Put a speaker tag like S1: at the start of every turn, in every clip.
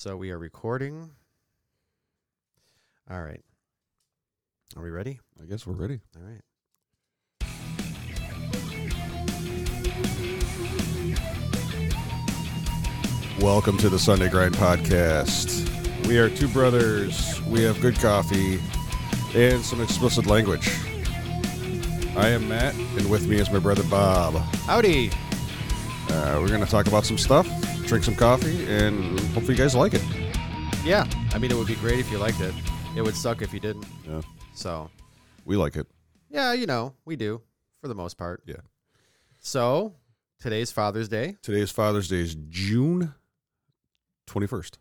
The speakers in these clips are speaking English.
S1: So we are recording. All right. Are we ready?
S2: I guess we're ready.
S1: All right.
S2: Welcome to the Sunday Grind Podcast. We are two brothers. We have good coffee and some explicit language. I am Matt, and with me is my brother Bob.
S1: Howdy.
S2: Uh, we're going to talk about some stuff, drink some coffee, and hopefully you guys like it.
S1: Yeah. I mean, it would be great if you liked it. It would suck if you didn't.
S2: Yeah,
S1: So,
S2: we like it.
S1: yeah, you know, we do for the most part.
S2: Yeah.
S1: So, today's Father's Day.
S2: Today is Father's Day, is June twenty first.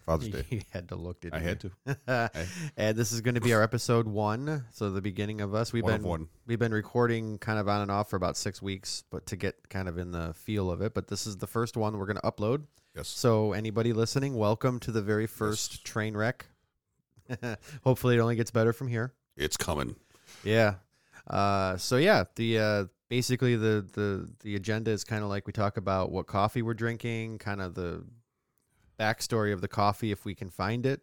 S2: Father's Day.
S1: You had to look, didn't
S2: I had to.
S1: you? and this is going to be our episode one. So, the beginning of us. We've
S2: one
S1: been
S2: of one.
S1: we've been recording kind of on and off for about six weeks, but to get kind of in the feel of it. But this is the first one we're going to upload.
S2: Yes.
S1: So, anybody listening, welcome to the very first train wreck. Hopefully, it only gets better from here.
S2: It's coming.
S1: Yeah. Uh, so yeah, the uh, basically the the the agenda is kind of like we talk about what coffee we're drinking, kind of the backstory of the coffee if we can find it.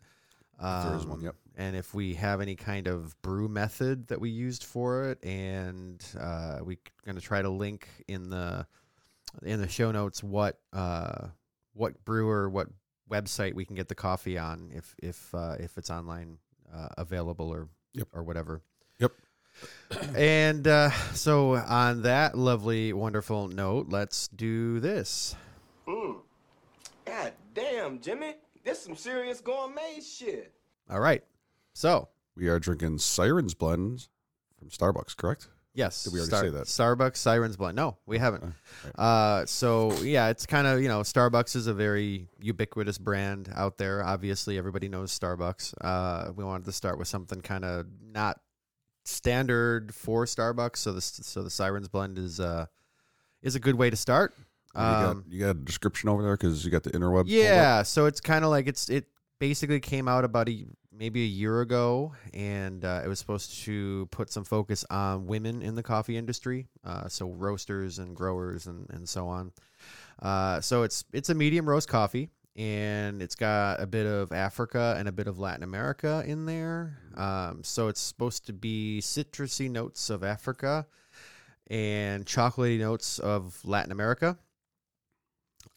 S1: Um,
S2: there is one, yep.
S1: And if we have any kind of brew method that we used for it, and uh, we're going to try to link in the in the show notes what uh, what brewer, what website we can get the coffee on if if uh, if it's online uh, available or
S2: Yep.
S1: or whatever.
S2: Yep.
S1: And uh, so, on that lovely, wonderful note, let's do this.
S3: Mm. God damn, Jimmy. This some serious gourmet shit.
S1: All right. So,
S2: We are drinking Sirens Blend from Starbucks, correct?
S1: yes.
S2: Did we already say that? Oh,
S1: Starbucks Sirens Blend. No, we haven't. Uh, so, yeah, it's kind of, you know, Starbucks is a very ubiquitous brand out there. Obviously, everybody knows Starbucks. Uh, we wanted to start with something kind of not standard for Starbucks. So, the, so the Sirens Blend is, uh, is a good way to start. Um,
S2: You, got, you got a description over there because you got the interweb. pulled up?
S1: Yeah, so it's kind of like it's it basically came out about a maybe a year ago, and uh, it was supposed to put some focus on women in the coffee industry, uh, so roasters and growers and and so on. Uh, so it's it's a medium roast coffee. And it's got a bit of Africa and a bit of Latin America in there. Um, so it's supposed to be citrusy notes of Africa and chocolatey notes of Latin America.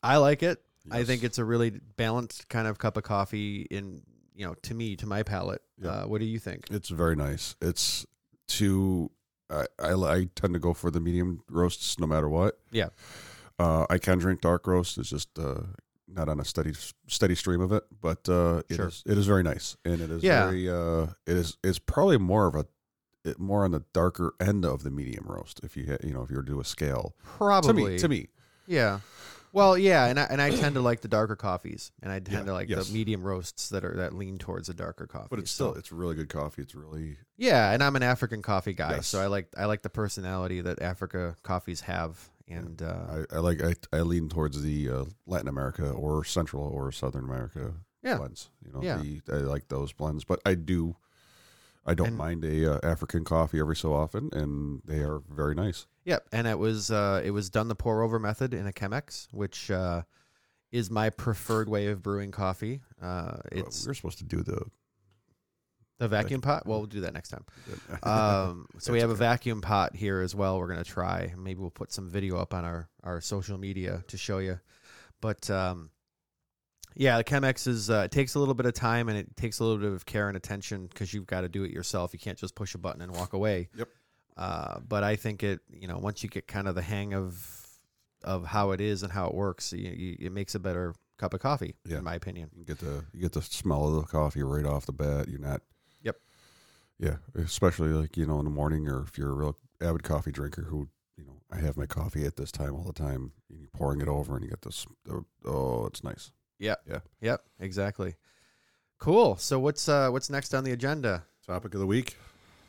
S1: I like it. I
S2: Yes.
S1: think it's a really balanced kind of cup of coffee. In you know, to me, to my palate.
S2: Yeah.
S1: Uh, what do you think?
S2: it's very nice. It's to I, I I tend to go for the medium roasts no matter what.
S1: Yeah.
S2: uh, I can drink dark roast. It's just uh, not on a steady steady stream of it, but uh, it
S1: Sure.
S2: is- it is very nice, and it is
S1: Yeah.
S2: very uh, it is it's probably more of a it, more on the darker end of the medium roast if you had, you know if you were to do a scale
S1: Probably
S2: to me to me
S1: Yeah. Well, yeah, and I, and I tend to like the darker coffees, and I tend
S2: Yeah,
S1: to like
S2: yes.
S1: the medium roasts that are that lean towards the darker coffee.
S2: but it's
S1: so-
S2: still it's really good coffee it's really
S1: yeah, and I'm an African coffee guy,
S2: Yes.
S1: so I like I like the personality that Africa coffees have, and uh,
S2: I, I like I, I lean towards the uh, Latin America or Central or Southern America
S1: Yeah.
S2: blends. You know,
S1: Yeah.
S2: the, I like those blends, but I do. I don't
S1: And-
S2: mind a uh, African coffee every so often, and they are very nice.
S1: Yep, and it was uh, it was done the pour over method in a Chemex, which uh, is my preferred way of brewing coffee. Uh,
S2: But
S1: it's
S2: we were supposed to do the.
S1: the vacuum pot. Well, we'll do that next time.
S2: the-
S1: Um, so we
S2: That's
S1: have a
S2: okay.
S1: vacuum pot here as well. We're gonna try. Maybe we'll put some video up on our our social media to show you. But um, yeah, the Chemex is uh, it takes a little bit of time and it takes a little bit of care and attention because you've got to do it yourself. You can't just push a button and walk away.
S2: Yep.
S1: Uh, but I think it you know once you get kind of the hang of of how it is and how it works, you, you, it makes a better cup of coffee
S2: Yeah.
S1: in my opinion.
S2: you get the you get the smell of the coffee right off the bat. You're not.
S1: Yep.
S2: Yeah, especially like you know in the morning, or if you're a real avid coffee drinker who you know I have my coffee at this time all the time, and you're pouring it over, and you get this. The, oh, it's nice.
S1: Yep, exactly. Cool. So what's uh, what's next on the agenda?
S2: Topic of the week.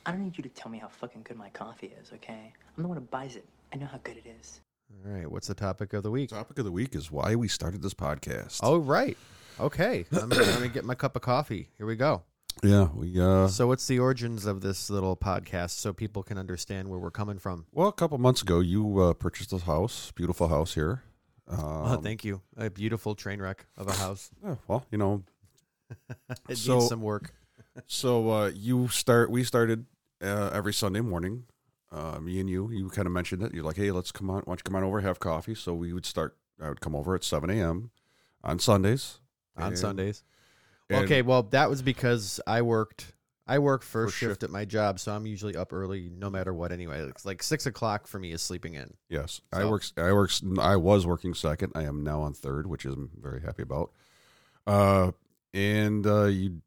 S4: I don't need you to tell me how fucking good my coffee is, okay? I'm the one who buys it. I know how good it is.
S1: All right, what's the topic of the week?
S2: Topic of the week is why we started this podcast.
S1: Oh, right. Okay. Let me, let me get my cup of coffee. Here we go.
S2: yeah, we uh
S1: So, what's the origins of this little podcast so people can understand where we're coming from?
S2: well a couple months ago you uh, purchased this house, beautiful house here.
S1: oh, thank you. A beautiful train wreck of a house.
S2: Oh, well, you know,
S1: It
S2: So-
S1: needs some work.
S2: so uh, you start. We started uh, every Sunday morning. Uh, me and you. You kind of mentioned it. You're like, hey, let's come on. Why don't you come on over, have coffee? So we would start. I would come over at 7 a.m. on Sundays.
S1: on
S2: And-
S1: Sundays.
S2: and-
S1: okay, well that was because I worked I work first
S2: First
S1: shift,
S2: shift.
S1: at my job, so I'm usually up early no matter what anyway. It's like six o'clock for me is sleeping in.
S2: Yes, I
S1: So-
S2: works. I works. I was working second. I am now on third, which I'm very happy about. Uh, and uh, you,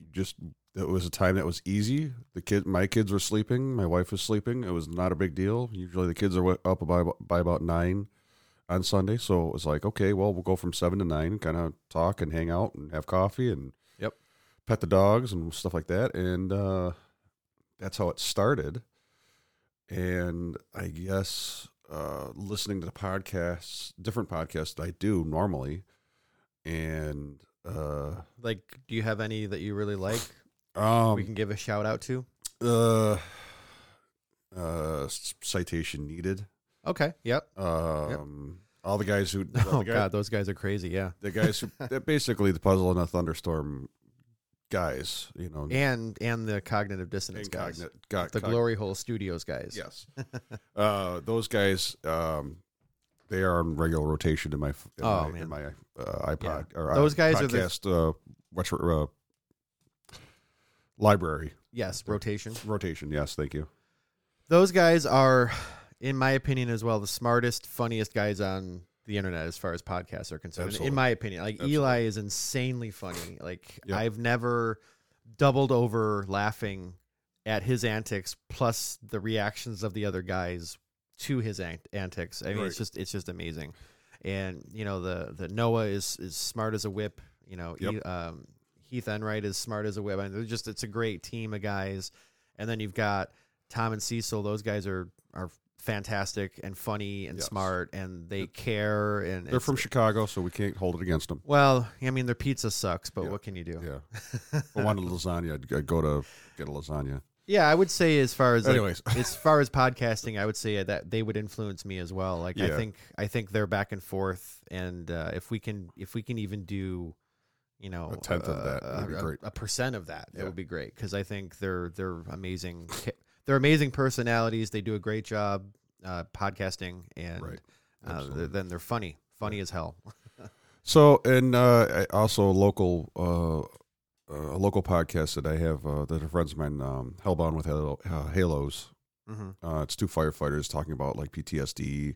S2: you just it was a time that was easy. The kid, my kids were sleeping. My wife was sleeping. It was not a big deal. Usually, the kids are wa- up by about- by about nine on Sunday, so it was like, okay, well, we'll go from seven to nine, kind of talk and hang out and have coffee and
S1: Yep.
S2: pet the dogs and stuff like that. And uh, that's how it started and I guess uh, listening to the podcasts, different podcasts I do normally, and uh,
S1: Like, do you have any that you really like? we
S2: um,
S1: can give a shout out to.
S2: uh, uh, c- citation needed.
S1: Okay. Yep.
S2: Um, all the guys who, all
S1: Oh
S2: the, guy-
S1: God, those guys are crazy. Yeah.
S2: the guys who, they're basically the puzzle in a thunderstorm guys, you know,
S1: And and the cognitive dissonance guys,
S2: incogni- co-
S1: the
S2: cog-
S1: Glory Hole Studios guys.
S2: Yes, uh, those guys. Um, they are on regular rotation in my f- in
S1: Oh,
S2: my,
S1: man.
S2: in my uh, iPod or
S1: Those
S2: i-
S1: guys are the-
S2: podcast, are uh, what's uh, library
S1: Yes. Rotation.
S2: rotation. Yes, thank you.
S1: Those guys are, in my opinion, as well, the smartest, funniest guys on the internet as far as podcasts are concerned.
S2: Absolutely.
S1: In my opinion, like
S2: Absolutely.
S1: Eli is insanely funny. Like
S2: Yep.
S1: I've never doubled over laughing at his antics plus the reactions of the other guys to his ant- antics. I mean,
S2: Right.
S1: it's just it's just amazing. And you know the the Noah is is smart as a whip. You know,
S2: Yep.
S1: he, um, Heath Enright is smart as a whip. And they're just it's a great team of guys. And then you've got Tom and Cecil. Those guys are are fantastic and funny and
S2: Yes.
S1: smart, and they care. And
S2: They're
S1: it's-
S2: from Chicago, so we can't hold it against them.
S1: Well, I mean, their pizza sucks, but what can you do?
S2: Yeah, if I wanted lasagna. I'd, I'd go to get a lasagna.
S1: Yeah, I would say as far as like,
S2: Anyways.
S1: as far as podcasting, I would say that they would influence me as well. Like
S2: Yeah.
S1: I think I think they're back and forth, and uh, if we can if we can even do, you know,
S2: A tenth of
S1: uh,
S2: that would
S1: a,
S2: be
S1: a-
S2: great.
S1: a percent of that,
S2: Yeah.
S1: that would be great because I think they're they're amazing. ca- They're amazing personalities. They do a great job uh, podcasting, and
S2: Right.
S1: uh,
S2: Absolutely.
S1: th- then they're funny, funny as hell.
S2: So, and uh, I- also local, uh, uh, a local podcast that I have uh, that are friends of mine, um, Hellbound with Halo, uh, Halos.
S1: hmm
S2: Uh, it's two firefighters talking about like PTSD,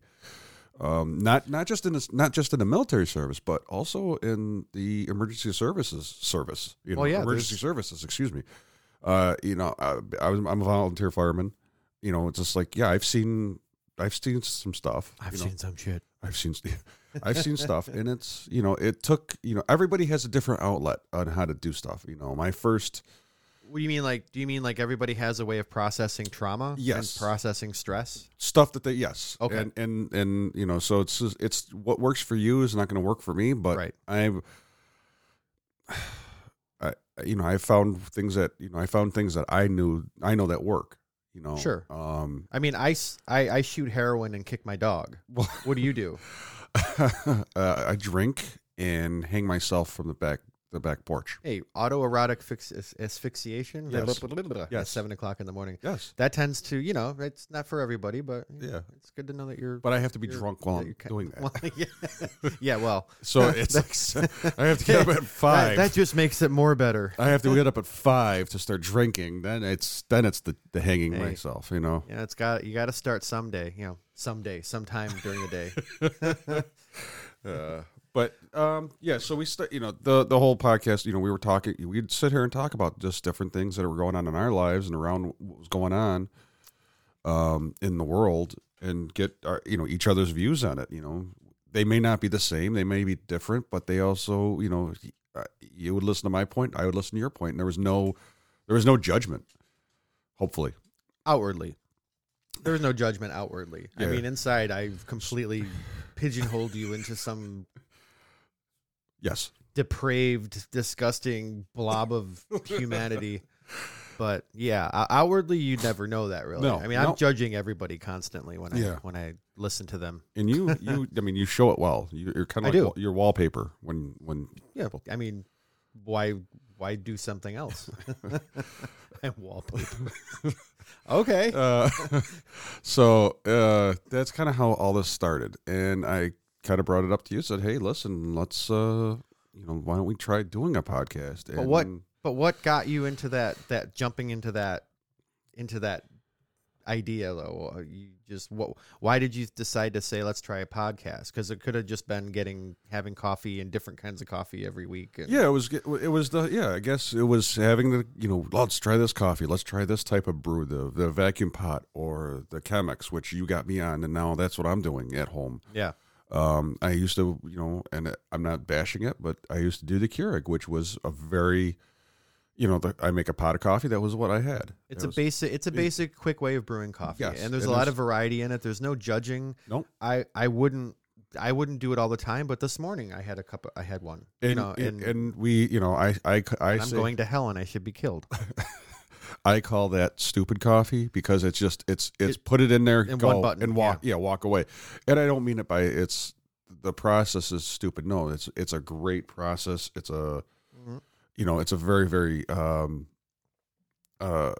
S2: um, not not just in this, not just in the military service, but also in the emergency services service. You know,
S1: Well, Oh, yeah,
S2: emergency
S1: there's-
S2: services. Excuse me. Uh, you know, I, I was I'm a volunteer fireman. You know, it's just like yeah, I've seen I've seen some stuff.
S1: I've
S2: you know.
S1: seen some shit.
S2: I've seen I've seen stuff and it's you know it took you know everybody has a different outlet on how to do stuff you know my first
S1: What do you mean? Like, do you mean like everybody has a way of processing trauma?
S2: Yes.
S1: And processing stress.
S2: stuff that they yes
S1: Okay.
S2: and and and you know so it's just- it's what works for you is not going to work for me but
S1: Right.
S2: I've I you know I found things that you know I found things that I knew I know that work you know
S1: Sure.
S2: um
S1: I mean, I, s- I- I shoot heroin and kick my dog.
S2: well,
S1: What do you do?
S2: uh, I drink and hang myself from the back the back porch
S1: hey, autoerotic fix- as- asphyxiation.
S2: Yes.
S1: At
S2: Yes.
S1: seven o'clock in the morning.
S2: yes
S1: That tends to, you know, it's not for everybody, but you know,
S2: Yeah.
S1: it's good to know that you're.
S2: but I have to be
S1: You're-
S2: drunk while
S1: that
S2: I'm
S1: you're ki-
S2: doing that.
S1: Well, yeah. yeah, well,
S2: So it's like, I have to get up at
S1: that,
S2: five. Uh,
S1: that just makes it more better.
S2: I have to get up at five to start drinking. Then it's then it's the, the hanging
S1: Hey.
S2: myself. You know.
S1: Yeah, it's got you got to start someday. You know, someday, sometime during the day.
S2: Uh, but um, yeah, so we start. You know, the the whole podcast. You know, we were talking. We'd sit here and talk about just different things that were going on in our lives and around what was going on um, in the world, and get our you know each other's views on it. You know, they may not be the same. They may be different, but they also you know uh, you would listen to my point. I would listen to your point, and there was no there was no judgment. Hopefully,
S1: outwardly. There's no judgment outwardly.
S2: Yeah.
S1: I mean, inside, I've completely pigeonholed you into some
S2: yes.
S1: depraved, disgusting blob of humanity. But yeah, o- outwardly you'd never know that really.
S2: No,
S1: I mean, I'm
S2: no.
S1: judging everybody constantly when I
S2: Yeah.
S1: when I listen to them.
S2: And you, you, I mean, you show it well. You- You're kind
S1: I
S2: of
S1: do.
S2: like wa- your wallpaper when when
S1: Yeah, I mean, why why do something else? and wallpaper. okay.
S2: Uh, so uh, that's kind of how all this started, and I kind of brought it up to you. Said, "Hey, listen, let's uh, you know, why don't we try doing a podcast?" And
S1: but what but what got you into that that jumping into that into that idea though? Or You just what why did you decide to say let's try a podcast? Cuz it could have just been getting having coffee and different kinds of coffee every week. and-
S2: Yeah, it was. It was the yeah. I guess it was having the you know. Let's try this coffee. Let's try this type of brew. The the vacuum pot or the Chemex, which you got me on, and now that's what I'm doing at home.
S1: Yeah.
S2: Um, I used to, you know, and I'm not bashing it, but I used to do the Keurig, which was a very, you know, the, I make a pot of coffee. That was what I had.
S1: It's
S2: It
S1: a
S2: was-
S1: basic. It's a basic quick way of brewing coffee,
S2: Yes,
S1: and there's
S2: it
S1: a lot
S2: is.
S1: of variety in it. There's no judging.
S2: Nope.
S1: I I wouldn't I wouldn't do it all the time, but this morning I had a cup. Of, I had one.
S2: and,
S1: you know, and,
S2: and, and we, you know, I I I
S1: I'm
S2: say-
S1: going to hell, and I should be killed.
S2: I call that stupid coffee because it's just it's it's put it in there
S1: in
S2: go,
S1: one button,
S2: and walk yeah. walk away. And I don't mean it by it's the process is stupid. No, it's it's a great process. It's a
S1: Mm-hmm.
S2: you know, it's a very very um uh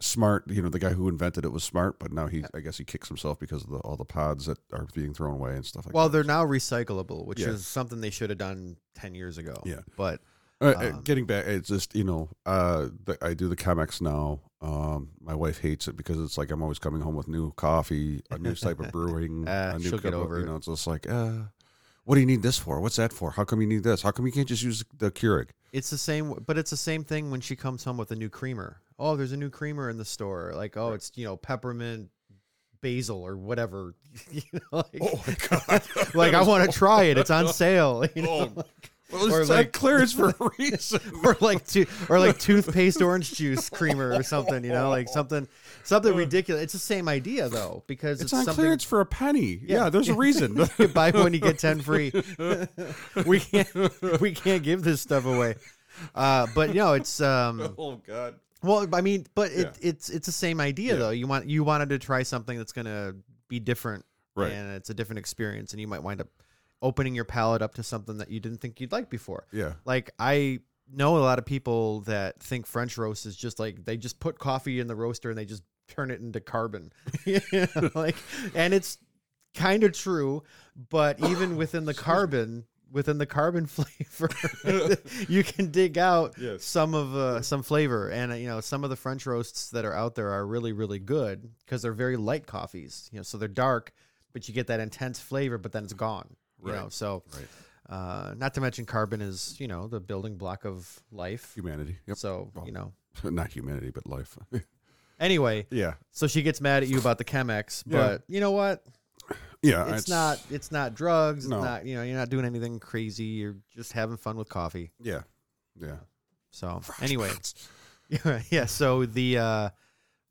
S2: smart, you know, the guy who invented it was smart, but now he I guess he kicks himself because of the, all the pods that are being thrown away and stuff like
S1: Well,
S2: that.
S1: they're now recyclable, which
S2: Yeah.
S1: is something they should have done ten years ago.
S2: Yeah.
S1: but
S2: Uh, uh,
S1: Um,
S2: getting back, it's just you know, uh, the, I do the Chemex now. Um, my wife hates it because it's like I'm always coming home with new coffee, a new type of brewing.
S1: Uh,
S2: a new
S1: she'll get
S2: cup of-
S1: over
S2: You
S1: it.
S2: know, it's just like, uh, what do you need this for? What's that for? How come you need this? How come you can't just use the Keurig?
S1: it's the same. But it's the same thing when she comes home with a new creamer. Oh, there's a new creamer in the store. Like, oh, it's you know peppermint basil or whatever. you know, like,
S2: my god!
S1: like I want to try it. It's on sale. You
S2: Oh,
S1: know?
S2: well,
S1: Or
S2: it's
S1: like-
S2: like clearance for a reason.
S1: or like to, or like toothpaste orange juice creamer or something you know like something something ridiculous it's the same idea though because it's,
S2: It's on
S1: something
S2: clearance for a penny. Yeah,
S1: Yeah.
S2: there's a reason.
S1: you buy one you get 10 free we can't we can't give this stuff away uh but you know it's um
S2: oh god!
S1: well i mean but it,
S2: Yeah.
S1: it's it's the same idea though you want you wanted to try something that's gonna be different
S2: Right.
S1: and it's a different experience and you might wind up opening your palate up to something that you didn't think you'd like before
S2: Yeah.
S1: like I know a lot of people that think French roast is just like they just put coffee in the roaster and they just turn it into carbon. You know, like and it's kind of true, but even within the carbon within the carbon flavor you can dig out
S2: Yes.
S1: some of uh, some flavor and uh, you know some of the french roasts that are out there are really really good cuz they're very light coffees you know so they're dark but you get that intense flavor but then it's gone you
S2: Right.
S1: know so
S2: Right.
S1: uh, not to mention carbon is, you know, the building block of life.
S2: Humanity. Yep.
S1: So, you know.
S2: Not humanity, but life.
S1: Anyway,
S2: yeah.
S1: so she gets mad at you about the Chemex,
S2: Yeah.
S1: but you know what?
S2: Yeah.
S1: It's, not it's not drugs,
S2: No.
S1: it's not, you know, you're not doing anything crazy, you're just having fun with coffee.
S2: Yeah. Yeah.
S1: So, anyway. yeah, yeah, so the uh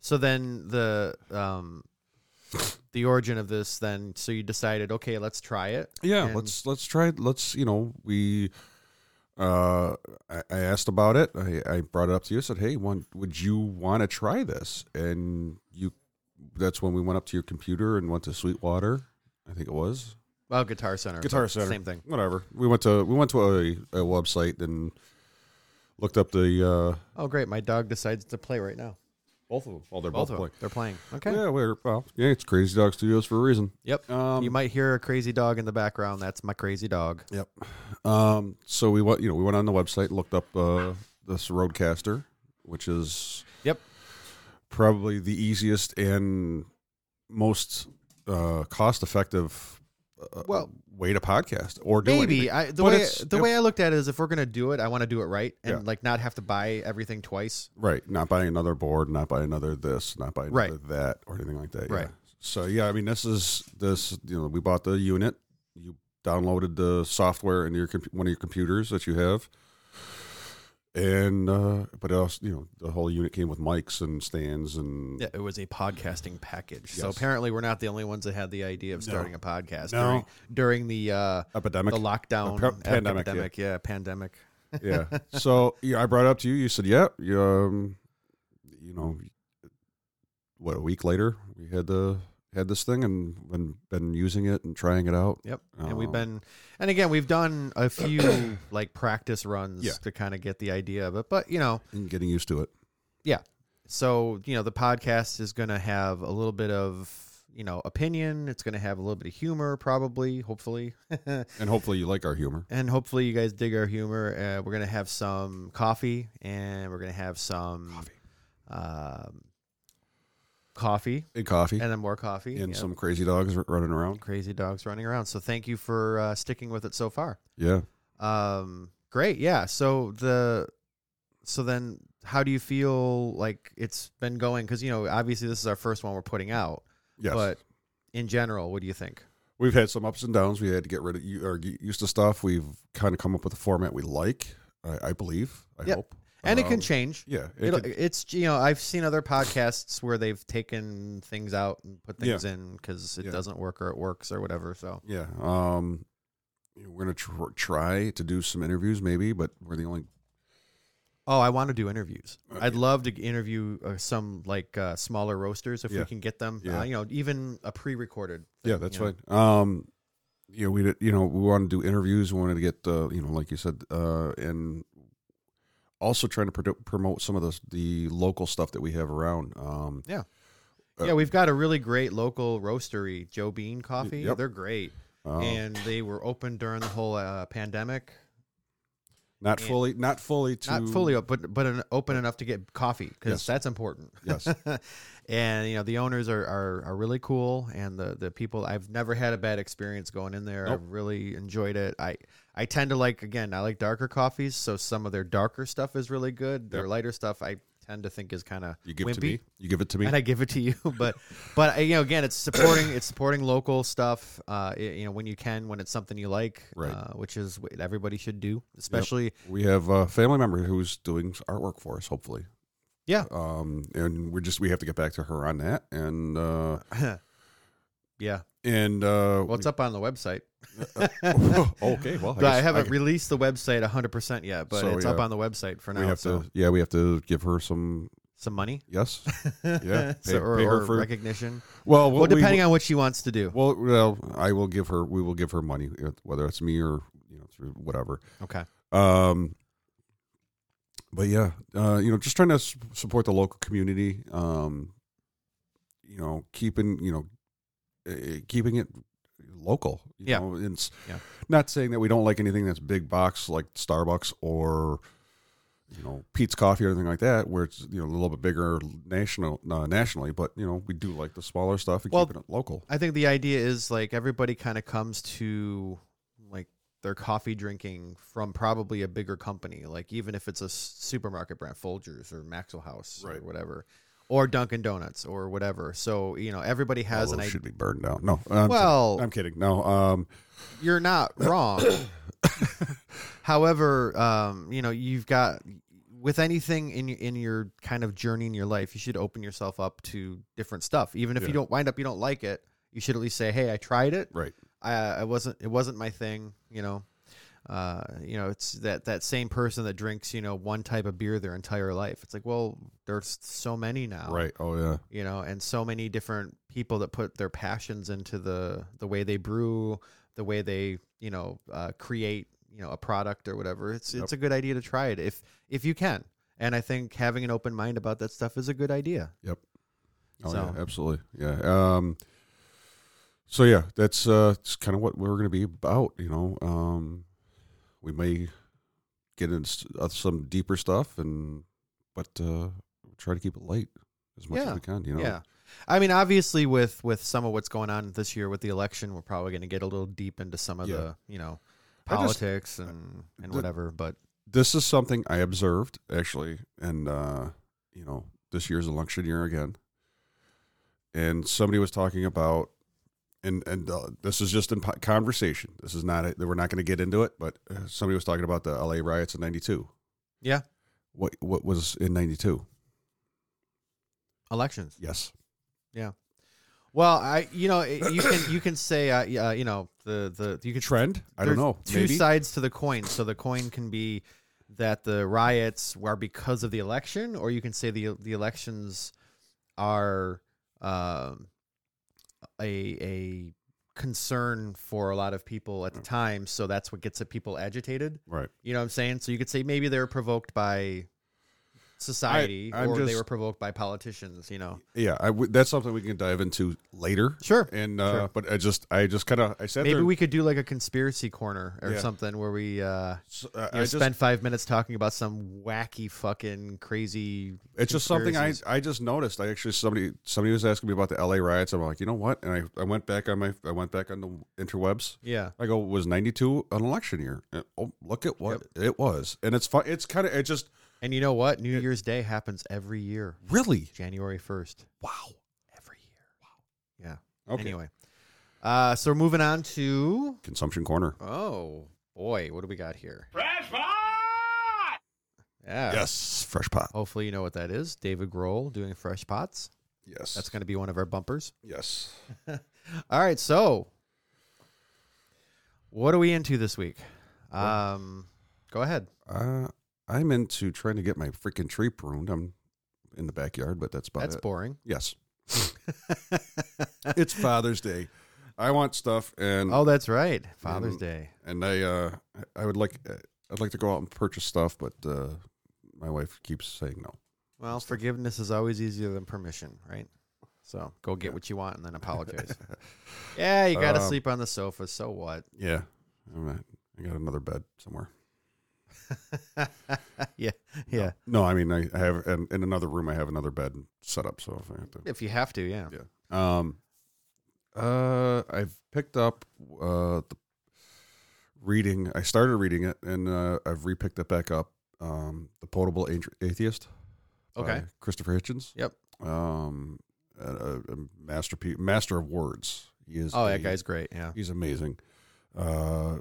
S1: so then the um the origin of this then so you decided, okay, let's try it.
S2: Yeah,
S1: And-
S2: let's let's try. it. Let's you know we. Uh, I, I asked about it. I, I brought it up to you. I said, "Hey, one, would you want to try this?" And you, that's when we went up to your computer and went to Sweetwater. I think it was
S1: Well, Oh, Guitar Center.
S2: Guitar
S1: but
S2: Center.
S1: Same thing.
S2: Whatever. We went to we went to a, a website and looked up the uh,
S1: Oh, great. My dog decides to play right now.
S2: both of them. Oh, they're
S1: Both of
S2: both,
S1: them.
S2: playing.
S1: They're playing. Okay.
S2: Yeah, we're well, yeah. It's Crazy Dog Studios for a reason.
S1: Yep.
S2: Um,
S1: you might hear a crazy dog in the background. That's my crazy dog.
S2: Yep. Um, so we went, you know, we went on the website, looked up uh, this Roadcaster, which is
S1: Yep.
S2: probably the easiest and most uh, cost-effective uh,
S1: Well-
S2: way to podcast or do
S1: Maybe
S2: anything.
S1: I, the
S2: But
S1: way
S2: it's-
S1: the way I looked at it is if we're gonna do it, I want to do it right and
S2: Yeah.
S1: like not have to buy everything twice.
S2: right, not by another board, not by another this, not by another
S1: Right.
S2: that, or anything like that. yeah.
S1: Right.
S2: So yeah, I mean, this is this. You know, we bought the unit. You downloaded the software into your comp- one of your computers that you have, and uh, but else, you know, the whole unit came with mics and stands and
S1: Yeah, it was a podcasting package. So
S2: Yes.
S1: apparently, we're not the only ones that had the idea of
S2: No.
S1: starting a podcast
S2: No.
S1: during during the uh,
S2: epidemic.
S1: the lockdown
S2: pa- pandemic,
S1: epidemic. Yeah. pandemic.
S2: yeah. So yeah, I brought it up to you. You said, "Yep, you, um, you know, what a week later we had the had this thing and been, been using it and trying it out.
S1: Yep. And we've
S2: Um,
S1: been, and again, we've done a few like practice runs
S2: Yeah.
S1: to kind of get the idea of it. But, you know,
S2: and getting used to it.
S1: so, you know, the podcast is going to have a little bit of, you know, opinion. It's going to have a little bit of humor, probably, hopefully.
S2: And hopefully you like our humor.
S1: and hopefully you guys dig our humor. Uh, we're going to have some coffee and we're going to have some
S2: Coffee.
S1: Um, coffee
S2: And coffee
S1: and then more coffee
S2: and
S1: yeah.
S2: some crazy dogs r- running around.
S1: crazy dogs running around. So thank you for uh, sticking with it so far.
S2: Yeah.
S1: Um, great, yeah. So the so then how do you feel like it's been going? Because you know, obviously this is our first one we're putting out,
S2: Yes.
S1: but in general, what do you think?
S2: We've had some ups and downs. We had to get rid of you or get used to stuff. We've kind of come up with a format we like, I, I believe. I
S1: Yep.
S2: hope.
S1: And it
S2: Um,
S1: can change.
S2: Yeah. It
S1: It'll,
S2: could-
S1: it's you know I've seen other podcasts where they've taken things out and put
S2: Yeah.
S1: things in 'cause in because it
S2: Yeah.
S1: doesn't work or it works or whatever. So
S2: yeah. Um, we're going to tr- try to do some interviews maybe, but we're the only.
S1: Oh, I want to do interviews. I'd
S2: Okay.
S1: love to interview uh, some like uh, smaller roasters if
S2: Yeah.
S1: we can get them.
S2: Yeah.
S1: Uh, you know, even a pre-recorded.
S2: Yeah,
S1: thing,
S2: that's
S1: you know.
S2: fine. Um, you know, we did- you know we wanted to do interviews. We wanted to get uh, you know, like you said, uh, and also trying to produ- promote some of the the local stuff that we have around. Um, Uh,
S1: yeah, we've got a really great local roastery, Joe Bean Coffee.
S2: yep.
S1: They're great,
S2: uh,
S1: and they were open during the whole uh, pandemic.
S2: not fully, not fully to
S1: Not fully open, but but an, open enough to get coffee because
S2: Yes.
S1: that's important.
S2: Yes.
S1: and you know the owners are, are are really cool, and the the people. I've never had a bad experience going in there.
S2: Nope.
S1: I've really enjoyed it. I I tend to like again. I like darker coffees, so some of their darker stuff is really good. Their
S2: Yep.
S1: lighter stuff, I tend to think is kind of
S2: You give
S1: wimpy
S2: it to me. You give it to me.
S1: and I give it to you. But but uh, you know, again, it's supporting it's supporting local stuff. Uh, i- you know, when you can, when it's something you like,
S2: Right.
S1: Uh, which is what everybody should do, especially
S2: we have a family member who's doing artwork for us. Hopefully,
S1: Yeah.
S2: Um, and we're just we have to get back to her on that, and uh,
S1: yeah.
S2: and uh,
S1: Well, it's up on the website.
S2: okay, well, I,
S1: But I,
S2: uh, guess
S1: haven't
S2: can-
S1: released the website 100 percent yet, but
S2: So,
S1: it's up
S2: yeah.
S1: on the website for now.
S2: we have
S1: so
S2: to, yeah, we have to give her some
S1: some money,
S2: yes. Yeah,
S1: So-
S2: pay-
S1: or,
S2: pay her
S1: or
S2: for-
S1: recognition.
S2: Well,
S1: Well, depending on what she wants to do.
S2: Well, well, I will give her. We will give her money, whether it's me or you know through whatever.
S1: Okay.
S2: Um, but yeah, uh, you know, just trying to s- support the local community. Um, you know, keeping you know, eh, keeping it local. You
S1: Yeah.
S2: know, and it's
S1: Yeah.
S2: not saying that we don't like anything that's big box like Starbucks or you know Pete's Coffee or anything like that, where it's you know a little bit bigger national uh, nationally. But you know, we do like the smaller stuff and
S1: Well,
S2: keeping it local.
S1: I think the idea is like everybody kind of comes to like their coffee drinking from probably a bigger company, like even if it's a s- supermarket brand, Folgers or Maxwell House
S2: Right.
S1: or whatever, or Dunkin' Donuts or whatever. So you know everybody has
S2: Although
S1: an
S2: Oh, it
S1: idea.
S2: should be burned down. No, I'm
S1: Well-
S2: kidding. I'm kidding. No, um,
S1: you're not wrong. However, um, you know, you've got with anything in your, in your kind of journey in your life, you should open yourself up to different stuff. Even if you
S2: Yeah.
S1: don't wind up, you don't like it. You should at least say, "Hey, I tried it.
S2: right.
S1: I, I wasn't. It wasn't my thing." You know, uh, you know, it's that that same person that drinks, you know, one type of beer their entire life. It's like, well, there's so many now,
S2: Right. Oh yeah.
S1: you know, and so many different people that put their passions into the the way they brew, the way they you know uh, create you know a product or whatever. It's it's a good idea to try it if if you can. And I think having an open mind about that stuff is a good idea.
S2: Yep. Oh
S1: So-
S2: yeah, absolutely. Yeah. Um so yeah, that's uh it's kind of what we're going to be about, you know. Um we may get into s- uh, some deeper stuff and but uh try to keep it light as much
S1: Yeah.
S2: as we can, you know.
S1: Yeah. I mean, obviously, with with some of what's going on this year with the election, we're probably going to get a little deep into some of
S2: Yeah.
S1: the you know
S2: I just-
S1: politics and and
S2: the-
S1: whatever. But
S2: This is something I observed actually and uh you know, this year's election year again. And somebody was talking about and and uh, this is just in po- conversation. This is not a, we're not going to get into it, but uh, somebody was talking about the LA riots in 92.
S1: yeah,
S2: What what was in 92?
S1: elections.
S2: Yes.
S1: Well, I you know it- you can you can say uh, yeah, you know the the you could
S2: Trend? I don't
S1: there's
S2: know.
S1: Two
S2: Maybe.
S1: sides to the coin, so the coin can be that the riots are because of the election, or you can say the the elections are um, a a concern for a lot of people
S2: Mm.
S1: at the time. So that's what gets people agitated.
S2: Right.
S1: You know what I'm saying? So you could say maybe they were provoked by society,
S2: I'm
S1: or they
S2: just-
S1: were provoked by politicians. You know,
S2: Yeah, I w- that's something we can dive into later.
S1: Sure.
S2: And uh,
S1: Sure.
S2: but I just I just kind of I said
S1: maybe
S2: there,
S1: we could do like a conspiracy corner or
S2: Yeah.
S1: something where we. Uh,
S2: s- uh,
S1: you
S2: I
S1: know,
S2: just-
S1: spend five minutes talking about some wacky fucking crazy.
S2: It's just something I,
S1: conspiracies.
S2: I just noticed. I actually somebody somebody was asking me about the LA riots. I'm like, you know what? And I, I went back on my I went back on the interwebs.
S1: Yeah.
S2: I go, was '92 an election year? And, oh, look at what it was. And it's fun. It's kind of it just
S1: And you know what? New Year's Day happens every year,
S2: really
S1: January 1st.
S2: wow.
S1: Every year. Wow. Yeah.
S2: Okay.
S1: Anyway. Uh, so moving on to.
S2: Consumption corner.
S1: Oh, boy. What do we got here?
S5: Fresh pot!
S1: Yeah.
S2: Yes, fresh pot.
S1: Hopefully you know what that is. David Grohl doing Fresh Pots.
S2: Yes,
S1: That's going to be one of our bumpers.
S2: yes.
S1: All right. So what are we into this week? Um, go ahead.
S2: Uh, I'm into trying to get my freaking tree pruned. I'm in the backyard, but that's about
S1: That's
S2: it.
S1: boring.
S2: Yes, it's Father's Day. I want stuff, and
S1: Oh, that's right. Father's
S2: Mm.
S1: Day.
S2: and I uh, I would like uh, I'd like to go out and purchase stuff, but uh, my wife keeps saying no.
S1: Well, forgiveness is always easier than permission, right? So go get what you want and then apologize. yeah, you got to
S2: Um,
S1: sleep on the sofa. So what?
S2: Yeah, I'm not, I got another bed somewhere.
S1: yeah, yeah.
S2: No, I mean I, I have in, in another room. I have another bed set up, so if I have to.
S1: If you have to, yeah.
S2: Yeah. Um. Uh, I've picked up uh the reading. I started reading it, and uh, I've repicked it back up. Um, the Potable Atheist. by
S1: Okay.
S2: Christopher Hitchens.
S1: Yep.
S2: um a, a a masterpiece master of words he is
S1: Oh,
S2: a-
S1: that guy's great. Yeah.
S2: he's amazing uh,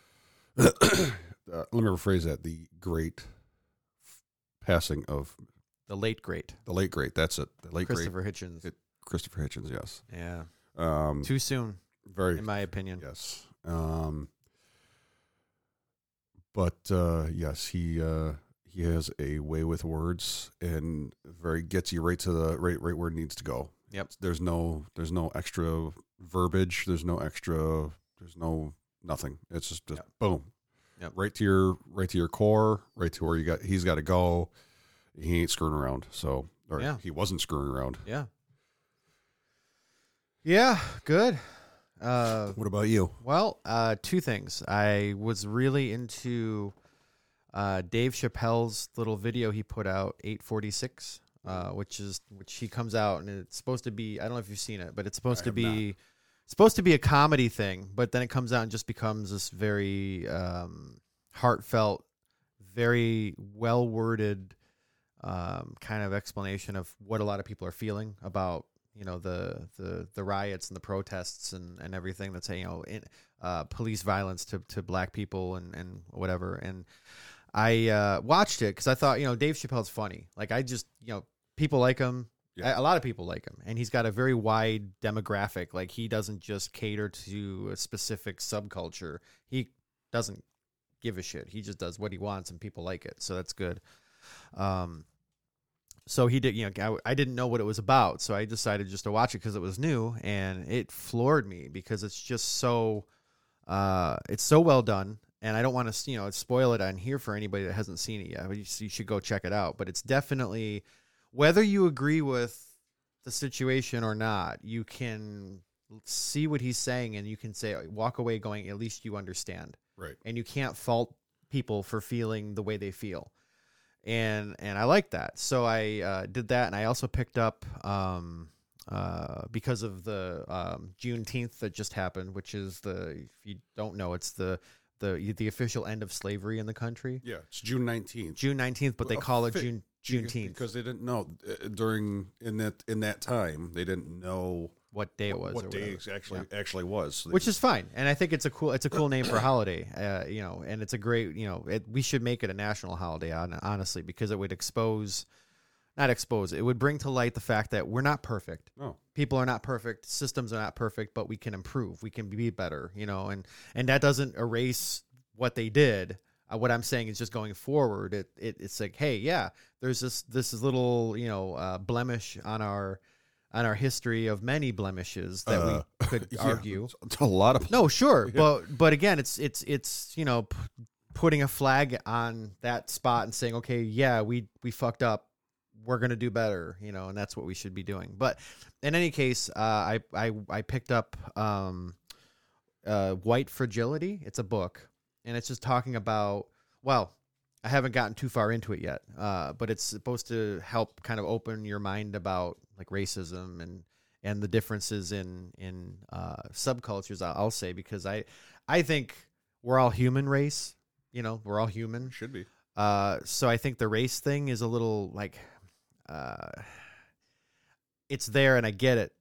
S2: uh, let me rephrase that the great passing of
S1: The late great
S2: the late great that's it the late great
S1: Christopher Hitchens.
S2: It- christopher hitchens yes
S1: Yeah.
S2: um
S1: Too soon,
S2: very
S1: in my opinion.
S2: yes um but uh yes he uh he has a way with words and very gets you right to the right right where it needs to go
S1: Yep.
S2: there's no there's no extra verbiage there's no extra there's no nothing it's just, just boom
S1: Yep.
S2: right to your right to your core right to where you got he's got to go he ain't screwing around so or
S1: Yeah.
S2: he wasn't screwing around
S1: Yeah. Yeah. Good. Uh,
S2: what about you
S1: Well, uh, two things. I was really into uh, Dave Chappelle's little video he put out, eight forty six, uh, which is which he comes out and it's supposed to be. I don't know if you've seen it, but it's supposed to be supposed to be a comedy thing. But then it comes out and just becomes this very um, heartfelt, very well worded um, kind of explanation of what a lot of people are feeling about you know the the the riots and the protests and and everything that's you know in, uh, police violence to to black people and and whatever and I uh, watched it because I thought you know Dave Chappelle's funny like I just you know people like him
S2: Yeah.
S1: a a lot of people like him and he's got a very wide demographic like he doesn't just cater to a specific subculture he doesn't give a shit he just does what he wants and people like it so that's good um, so he did, you know, I, I didn't know what it was about. So I decided just to watch it because it was new and it floored me because it's just so, uh, it's so well done. And I don't want to, you know, spoil it on here for anybody that hasn't seen it yet. But you, you should go check it out. But it's definitely, whether you agree with the situation or not, you can see what he's saying and you can say, walk away going, at least you understand
S2: right
S1: and you can't fault people for feeling the way they feel and and i like that so i uh, did that and i also picked up um uh, because of the um, Juneteenth that just happened, which is the if you don't know, it's the the the official end of slavery in the country,
S2: yeah it's june 19th
S1: June nineteenth, but they call it
S2: Offi-
S1: June
S2: June-
S1: Juneteenth
S2: because they didn't know uh, during in that in that time they didn't know
S1: what day it was, or
S2: what
S1: whatever.
S2: day it actually actually was. So they
S1: which
S2: just-
S1: is fine and i think it's a cool it's a cool name for a holiday uh, you know and it's a great you know it, we should make it a national holiday hon- honestly because it would expose not expose it would bring to light the fact that we're not perfect
S2: no
S1: people are not perfect systems are not perfect but we can improve we can be better you know and and that doesn't erase what they did Uh, what I'm saying is just going forward, it, it it's like, hey, yeah, there's this this little you know uh, blemish on our on our history of many blemishes that we could
S2: Yeah,
S1: argue.
S2: it's a lot of
S1: No, sure, but but again, it's it's it's you know p- putting a flag on that spot and saying, okay, yeah, we we fucked up. We're gonna do better, you know, and that's what we should be doing. But in any case, uh, I I I picked up um, uh, White Fragility. It's a book, and it's just talking about well. I haven't gotten too far into it yet, uh, but it's supposed to help kind of open your mind about like racism and and the differences in in uh, subcultures. I'll, I'll say because I I think we're all human race. You know, we're all human.
S2: should be.
S1: Uh, so I think the race thing is a little like, uh, it's there and I get it.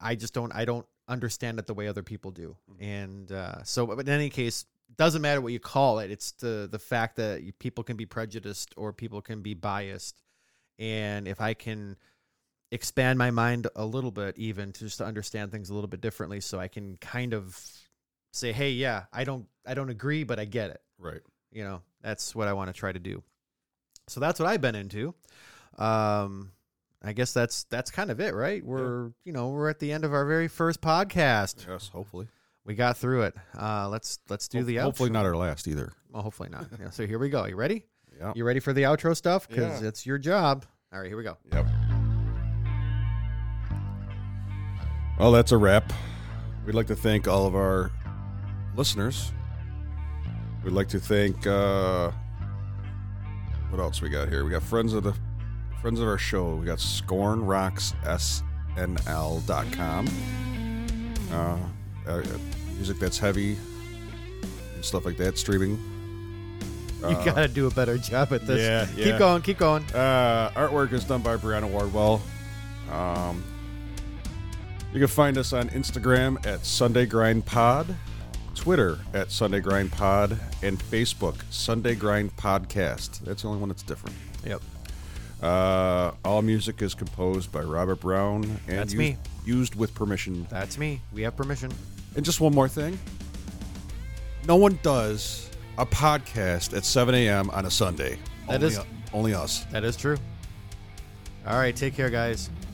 S1: I just don't I don't understand it the way other people do. And uh, so, but in any case, doesn't matter what you call it. It's the the fact that you- people can be prejudiced or people can be biased. And if I can expand my mind a little bit, even to just to understand things a little bit differently, so I can kind of say, hey, yeah, I don't I don't agree, but I get it
S2: Right.
S1: you know that's what i want to try to do so that's what i've been into um i guess that's that's kind of it right we're you know we're at the end of our very first podcast
S2: Yes, hopefully.
S1: we got through it uh let's let's do the outro.
S2: hopefully not our last either.
S1: well, hopefully not yeah, so here we go you ready
S2: Yeah.
S1: you ready for the outro stuff because
S2: Yeah.
S1: it's your job all right here we go
S2: Yep. Well, that's a wrap. We'd like to thank all of our listeners. We'd like to thank uh, what else we got here? We got friends of the friends of our show. We got scornrocksnl.com. Uh, uh, music that's heavy and stuff like that. Streaming.
S1: you gotta do a better job at this
S2: Uh, yeah,
S1: keep
S2: yeah.
S1: going keep going
S2: Uh, artwork is done by Brianna Wardwell. Um, you can find us on Instagram at Sunday Grind Pod, Twitter at Sunday Grind Pod, and Facebook Sunday Grind Podcast. That's the only one that's different.
S1: yep
S2: Uh, all music is composed by Robert Brown and
S1: That's me.
S2: used, used with permission.
S1: that's me we have permission
S2: And just one more thing: no one does a podcast at 7 a.m. on a Sunday.
S1: That
S2: only,
S1: is-
S2: only us.
S1: that is true all right take care guys